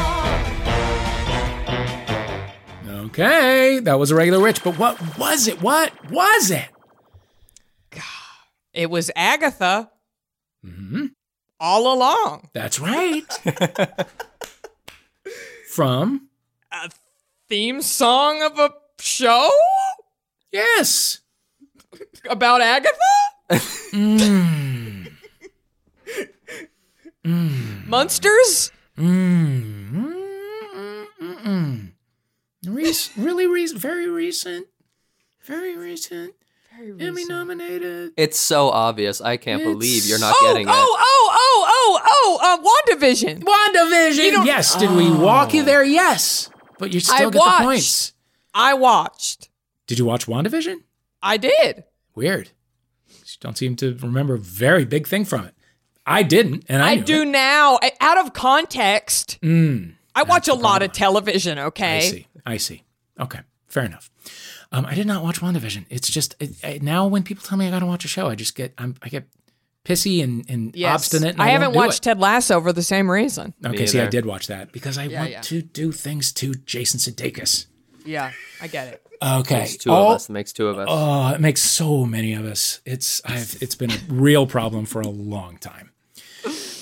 all along. Okay, that was a regular witch, but what was it? What was it? It was Agatha Mm-hmm. all along. That's right. From Theme song of a show yes, about Agatha? Mm. Monsters? Rec- really recent, very recent, very recent. Very Emmy nominated. It's so obvious. I can't It's- believe you're not oh, getting oh, oh, oh, oh, oh, uh, WandaVision. WandaVision. yes. Did we walk you there? Yes. But you still Oh. I get watched. the points. I watched. Did you watch WandaVision? I did. Weird. You don't seem to remember a very big thing from it. I didn't, and I, I knew do it. now. I- out of context, Mm, I watch a lot of television, I okay? see. I see. Okay. Fair enough. Um, I did not watch WandaVision. It's just it, I, now when people tell me I got to watch a show, I just get I'm, I get pissy and, and Yes. obstinate. And I, I, haven't won't do watched it. Ted Lasso for the same reason. Okay, Me see, I either. did watch that because I want yeah. to do things to Jason Sudeikis. Yeah, I get it. Okay, it. It's two all- of us. It makes two of us. Oh, it makes so many of us. It's I've, it's been a real problem for a long time.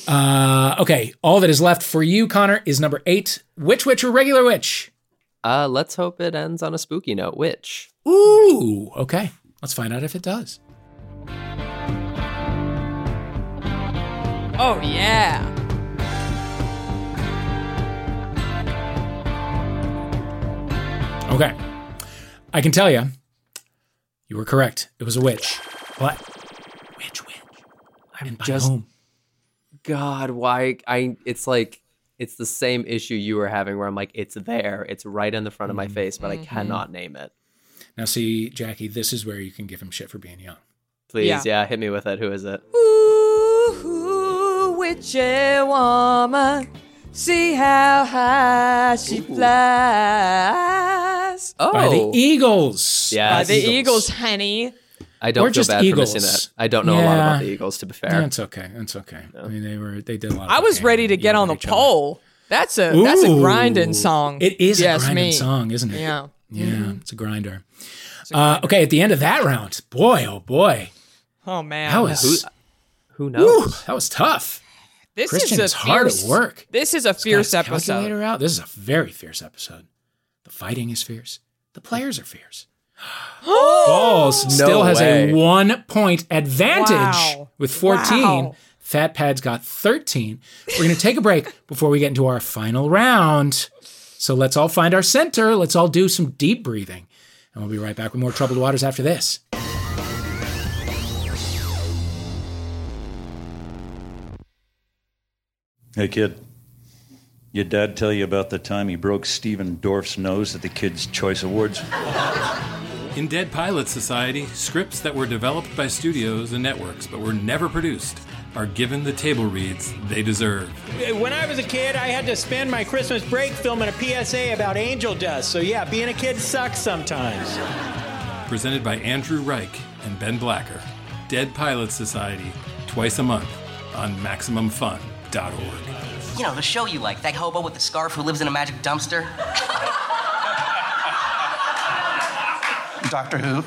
Uh, okay, all that is left for you, Connor, is number eight. Witch, witch, or regular witch? Uh, let's hope it ends on a spooky note. Which Ooh, okay. Let's find out if it does. Oh, yeah. Okay, I can tell you, you were correct. It was a witch. What? Witch, witch. I'm And by just whom? God, why I it's like it's the same issue you were having where I'm like, it's there, it's right in the front of my face, but I cannot name it. Now, see, Jackie, this is where you can give him shit for being young. Please, Yeah. yeah, hit me with it. Who is it? Ooh, witchy woman, see how high she flies. Oh, By the Eagles. Yeah. By Uh, the Eagles. Eagles, honey. I don't or feel just bad Eagles. for missing that. I don't know a lot Yeah. about the Eagles, to be fair. That's okay. That's okay. I mean, they were they did a lot. Of I was cocaine ready to and get yelled on the at each other. pole. That's a that's a Ooh. grinding song. It is Yes, a grinding me. song, isn't it? Yeah. Mm-hmm. Yeah, it's a grinder. Uh, okay, at the end of that round, boy, oh boy, Oh man, that was Who whew, knows? that was tough. this Christian is a is hard at fierce- work. This is a Got his fierce episode. Calculator out. This is a very fierce episode. The fighting is fierce. The players are fierce. Balls still has way. a one point advantage Wow. with 14. Wow. Fat Pad's got 13. We're going to take a break before we get into our final round. So let's all find our center. Let's all do some deep breathing. And we'll be right back with more Troubled Waters after this. Hey, kid. Your dad tell you about the time he broke Steven Dorff's nose at the Kids' Choice Awards? In Dead Pilot Society, scripts that were developed by studios and networks but were never produced are given the table reads they deserve. When I was a kid, I had to spend my Christmas break filming a PSA about angel dust. So, yeah, being a kid sucks sometimes. Presented by Andrew Reich and Ben Blacker. Dead Pilot Society, twice a month on MaximumFun.org. You know, the show you like, that hobo with the scarf who lives in a magic dumpster. Doctor Who?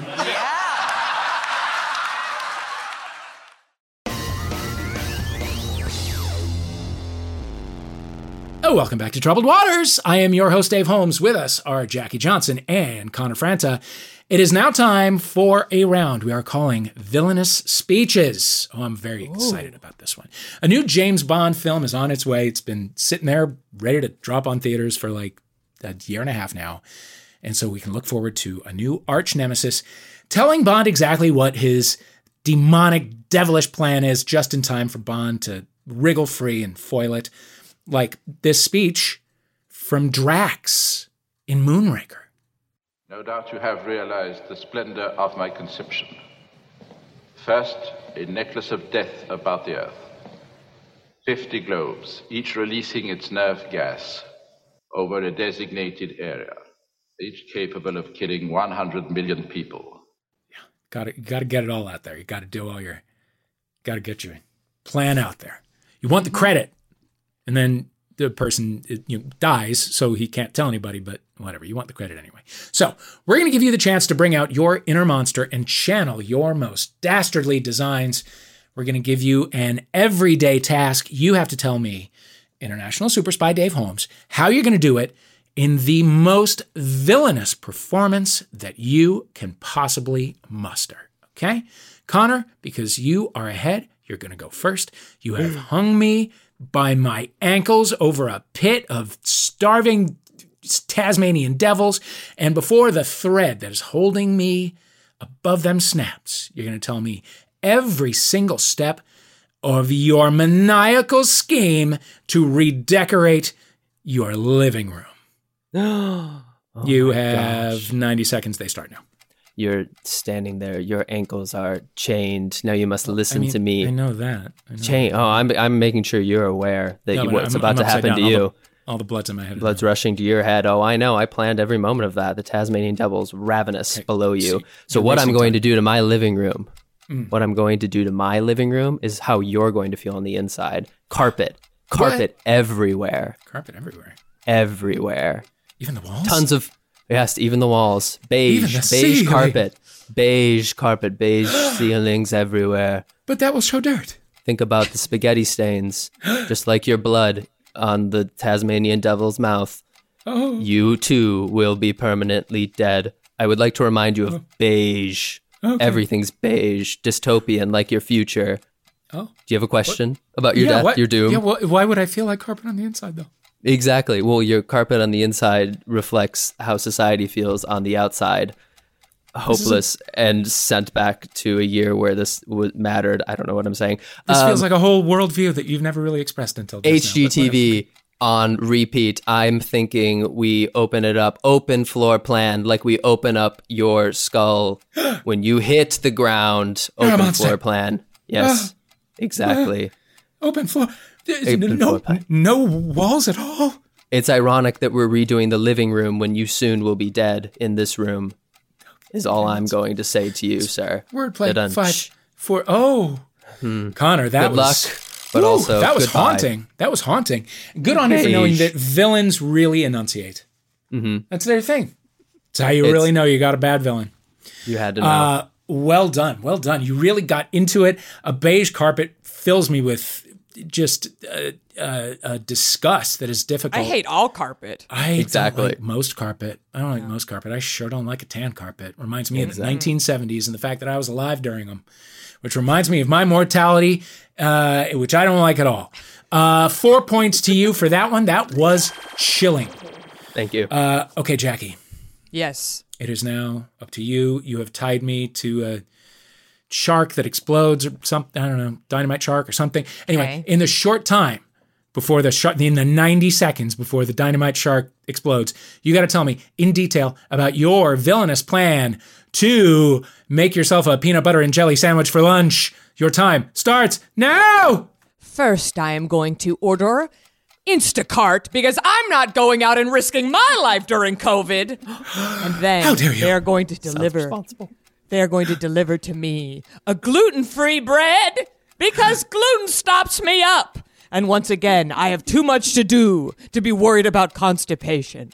Oh, welcome back to Troubled Waters. I am your host, Dave Holmes. With us are Jackie Johnson and Connor Franta. It is now time for a round we are calling Villainous Speeches. Oh, I'm very excited about this one. A new James Bond film is on its way. It's been sitting there ready to drop on theaters for like a year and a half now. And so we can look forward to a new arch nemesis telling Bond exactly what his demonic, devilish plan is just in time for Bond to wriggle free and foil it like this speech from Drax in Moonraker. No doubt you have realized the splendor of my conception. First, a necklace of death about the earth. Fifty globes, each releasing its nerve gas over a designated area. each capable of killing 100 million people. Got to got to get it all out there. You got to do all your, got to get your plan out there. You want the credit, and then the person it, you know, dies, so he can't tell anybody. But whatever, you want the credit anyway. So we're going to give you the chance to bring out your inner monster and channel your most dastardly designs. We're going to give you an everyday task. You have to tell me, international super spy Dave Holmes, how you're going to do it in the most villainous performance that you can possibly muster. Okay? Connor, because you are ahead, you're going to go first. You have hung me by my ankles over a pit of starving Tasmanian devils, and before the thread that is holding me above them snaps, you're going to tell me every single step of your maniacal scheme to redecorate your living room. Oh you my have gosh. 90 seconds. They start now. You're standing there. Your ankles are chained. Now you must listen mean, to me. I know that. I know Chain. Oh, I'm I'm making sure you're aware that No, you, but what's I'm- about I'm to upside happen to down. All you. the- all the blood's in my head. Blood's rushing to your head. Oh, I know. I planned every moment of that. The Tasmanian devil's ravenous below you. So you're what I'm wasting going to do to my living room, Mm. what I'm going to do to my living room is how you're going to feel on the inside. Carpet, carpet everywhere, Carpet everywhere. everywhere. Even the walls. Tons of yes, even the walls. Beige, Even the beige ceiling. carpet, beige carpet, beige ceilings everywhere. But that will show dirt. Think about the spaghetti stains, just like your blood on the Tasmanian devil's mouth. Oh. You too will be permanently dead. I would like to remind you of beige. Oh. Okay. Everything's beige, dystopian, like your future. Oh. Do you have a question about your yeah, death, what- your doom? Yeah, wh- why would I feel like carpet on the inside, though? Exactly. Well, your carpet on the inside reflects how society feels on the outside. Hopeless and sent back to a year where this w- mattered. I don't know what I'm saying. This Um, feels like a whole worldview that you've never really expressed until just now, but whatever. HGTV on repeat. I'm thinking we open it up, open floor plan, like we open up your skull when you hit the ground. You're a Open Ah, monster. Ah. floor plan. Yes, exactly. Open floor. There's Open no, floor plan. no walls at all. It's ironic that we're redoing the living room when you soon will be dead in this room. Is all I'm going to say to you, sir. Wordplay Da-dun. five, four. Oh, Hmm. Connor, that was Good luck, but Woo, also that was goodbye. haunting. That was haunting. Good on you for knowing that Beige. villains really enunciate. Mhm. That's their thing. It's how you It's- really know you got a bad villain. You had to know. Uh, well done, well done. You really got into it. A beige carpet fills me with just uh, uh, uh, disgust that is difficult. I hate all carpet. I Exactly. don't like most carpet. I don't like most carpet. I sure don't like a tan carpet. Reminds me of Exactly. the 1970s and the fact that I was alive during them, which reminds me of my mortality, uh, which I don't like at all. Uh, four points to you for that one. That was chilling. Thank you. Uh, okay, Jackie, Yes. it is now up to you. You have tied me to a shark that explodes or something. I don't know, dynamite shark or something. Anyway, in the short time before the shark, in the 90 seconds before the dynamite shark explodes, you got to tell me in detail about your villainous plan to make yourself a peanut butter and jelly sandwich for lunch. Your time starts now. First, I am going to order Instacart because I'm not going out and risking my life during COVID. And then How dare you. they're going to deliver. They're going to deliver to me a gluten-free bread because gluten stops me up. And once again, I have too much to do to be worried about constipation.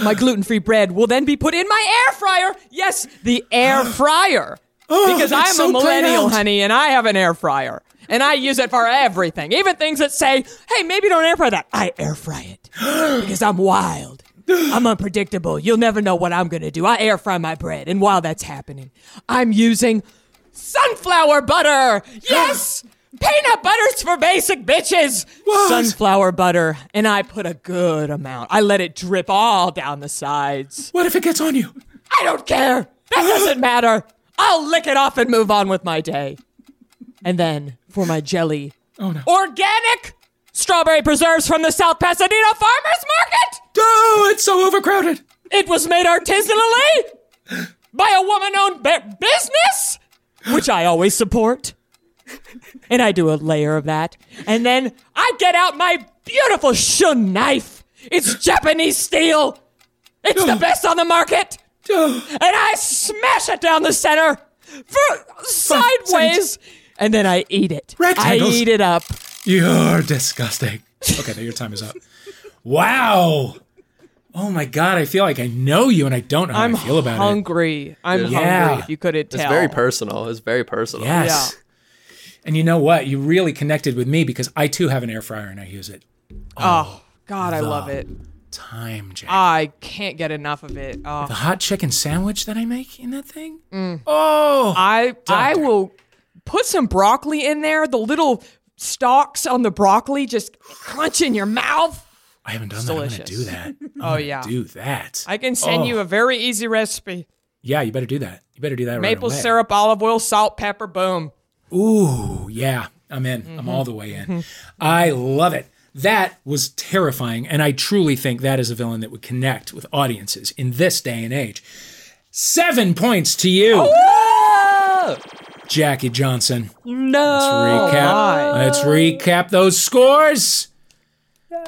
my gluten-free bread will then be put in my air fryer. Yes, the air fryer. Oh, because I'm that's a so played millennial, out. honey, and I have an air fryer. And I use it for everything, even things that say, hey, maybe don't air fry that. I air fry it because I'm wild. I'm unpredictable. You'll never know what I'm going to do. I air fry my bread. And while that's happening, I'm using sunflower butter. Yes! Peanut butter's for basic bitches. Sunflower butter. And I put a good amount. I let it drip all down the sides. What if it gets on you? I don't care. That doesn't matter. I'll lick it off and move on with my day. And then for my jelly, Oh no. organic strawberry preserves from the South Pasadena Farmers Market. Oh, it's so overcrowded. It was made artisanally by a woman owned b- business, which I always support. And I do a layer of that. And then I get out my beautiful shun knife. It's Japanese steel. It's the best on the market. and I smash it down the center for, sideways, and then I eat it. Rectangles. I eat it up. You're disgusting. Okay, now your time is up. Wow. Oh my god, I feel like I know you and I don't know how I'm I feel about hungry. I'm Yeah. hungry. If you couldn't It's tell. very personal. It's very it. personal. Yes. And you know what? You really connected with me because I too have an air fryer and I use it. Oh, God, I the love it. Time, Jack. I can't get enough of it. Oh. The hot chicken sandwich that I make in that thing? Oh, I I will put some broccoli in there. The little stalks on the broccoli just crunch in your mouth. I haven't done It's that. delicious. I'm gonna do that. I'm Oh gonna yeah, Do that. I can send Oh. you a very easy recipe: Yeah, you better do that. You better do that maple right away. syrup, olive oil, salt, pepper. Boom. Ooh, yeah, I'm in. I'm all the way in. I love it. That was terrifying, and I truly think that is a villain that would connect with audiences in this day and age. Seven points to you, Jackie Johnson. No. Let's recap. Let's recap those scores.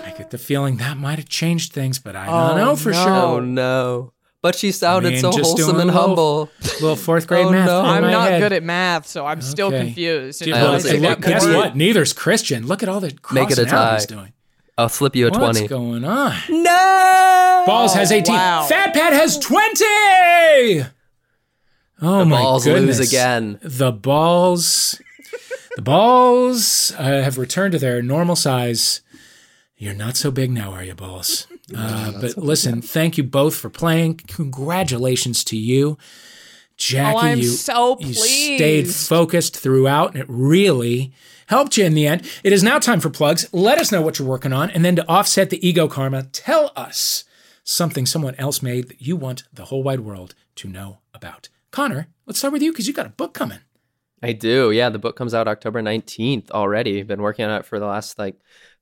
I get the feeling that might have changed things, but I don't Oh, know for no. sure. Oh, no. But she sounded mean, so just wholesome doing and a little- humble. Little fourth grade Oh, math. no. in I'm my not head. good at math, so I'm still Okay. confused. Dude, And well, I it's think a- that could guess be- what? Neither's Christian. Look at all the Make it a tie. cross-analogies doing. I'll slip you a What's 20. going on? No. Balls has 18. wow. Fat Pat has 20. Oh The my balls lose goodness. again. The balls The balls uh, have returned to their normal size. You're not so big now, are you, balls? Uh, but listen, thank you both for playing. Congratulations to you. Jackie, Oh, I'm you, so you stayed pleased. focused throughout, and it really helped you in the end. It is now time for plugs. Let us know what you're working on, and then to offset the ego karma, tell us something someone else made that you want the whole wide world to know about. Connor, let's start with you because you got a book coming. I do. Yeah, the book comes out October 19th already. Been working on it for the last like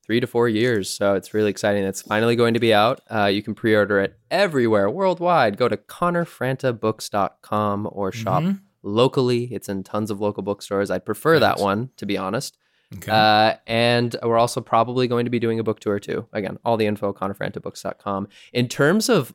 three to four years. So it's really exciting. It's finally going to be out. Uh, you can pre order it everywhere worldwide. Go to connorfrantabooks.com or shop Mhm. locally. It's in tons of local bookstores. I prefer that one, to be honest. Uh, and we're also probably going to be doing a book tour too. Again, all the info, connorfrantabooks.com. In terms of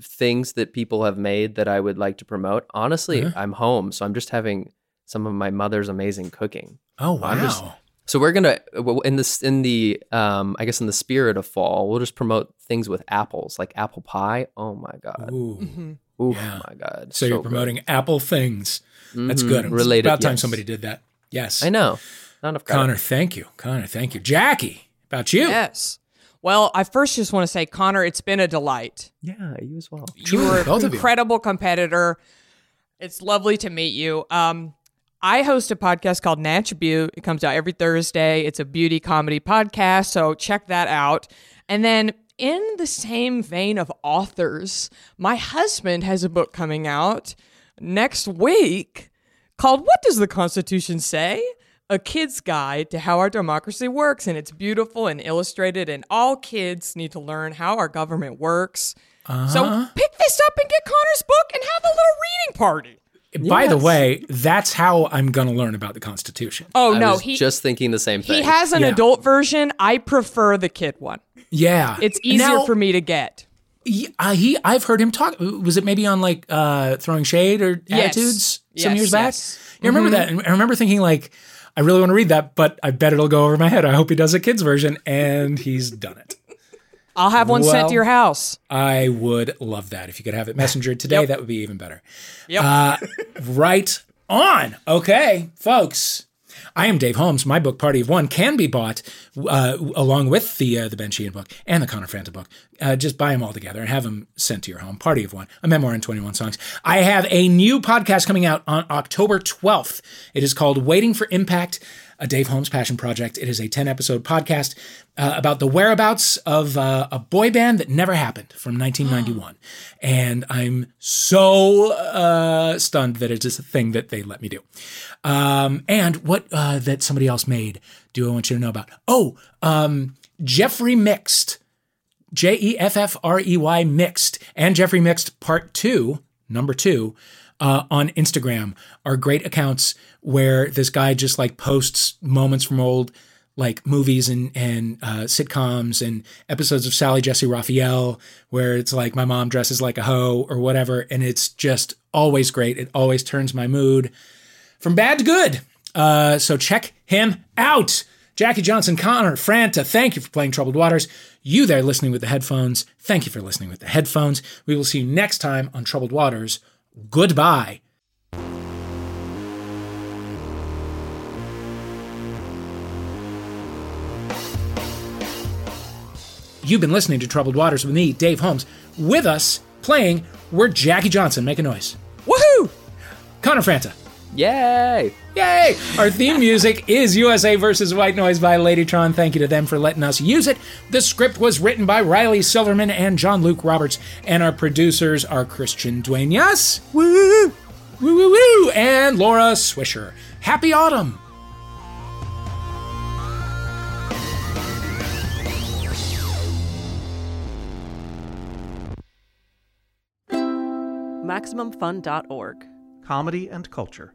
things that people have made that I would like to promote, honestly, Yeah. I'm home. So I'm just having some of my mother's amazing cooking. Oh, So I'm just- wow. so we're gonna well, in this in the um I guess in the spirit of fall, we'll just promote things with apples like apple pie. Oh my god! Ooh, oh Yeah. my god! So, you're good. promoting Apple things. That's Mhm. good. It's Related, About time yes. somebody did that. Yes. I know. Not enough credit. Connor, thank you. Connor, thank you. Jackie, about you. Yes. Well, I first just want to say, Connor, it's been a delight. Yeah, you as well. you Truly, were both an of you. incredible competitor. It's lovely to meet you. Um, I host a podcast called Natch Beaut. It comes out every Thursday. It's a beauty comedy podcast, so check that out. And then, in the same vein of authors, my husband has a book coming out next week called What Does the Constitution Say? A Kid's Guide to How Our Democracy Works. And it's beautiful and illustrated, and all kids need to learn how our government works. Uh-huh. So pick this up and get Connor's book and have a little reading party. By the Yes. way, that's how I'm going to learn about the Constitution. Oh I no, was he just thinking the same thing. he has an Yeah. adult version. I prefer the kid one. Yeah. It's easier Now- for me to get. He, I, he, I've heard him talk. Was it maybe on like uh, throwing shade or Yes. attitudes some Yes, years back? yes. Yeah, I remember Mhm. that. And I remember thinking like, I really want to read that, but I bet it'll go over my head. I hope he does a kids version, and he's done it. I'll have one sent Well- to your house. I would love that. If you could have it messengered today, that would be even better. Yep. Uh, right on. Okay, folks. I am Dave Holmes. My book, Party of One, can be bought uh, along with the uh, the Ben Sheehan book and the Connor Franta book. Uh, just buy them all together and have them sent to your home. Party of One, a memoir in 21 songs. I have a new podcast coming out on October 12th. It is called Waiting for Impact, a Dave Holmes passion project. It is a 10 episode podcast uh, about the whereabouts of uh, a boy band that never happened from 1991. and I'm so uh, stunned that it's just a thing that they let me do. Um, and what uh, that somebody else made, do I want you to know about? Oh, um, Jeffrey Mixed. J E F F R E Y Mixed and Jeffrey Mixed Part 2, number 2, uh, on Instagram are great accounts where this guy just like posts moments from old like movies and and uh, sitcoms and episodes of Sally Jesse Raphael where it's like my mom dresses like a hoe or whatever, and it's just always great. It always turns my mood from bad to good. Uh, so check him out. Jackie Johnson, Connor, Franta, thank you for playing Troubled Waters. You there listening with the headphones, thank you for listening with the headphones. We will see you next time on Troubled Waters. Goodbye. You've been listening to Troubled Waters with me, Dave Holmes. With us playing, we're Jackie Johnson. Make a noise. Woohoo! Connor Franta. Yay! Yay! Our theme music is USA versus White Noise by Ladytron. Thank you to them for letting us use it. The script was written by Riley Silverman and John Luke Roberts, and our producers are Christian Duenas, woo, woo, woo, woo, and Laura Swisher. Happy autumn! MaximumFun.org. Comedy and culture.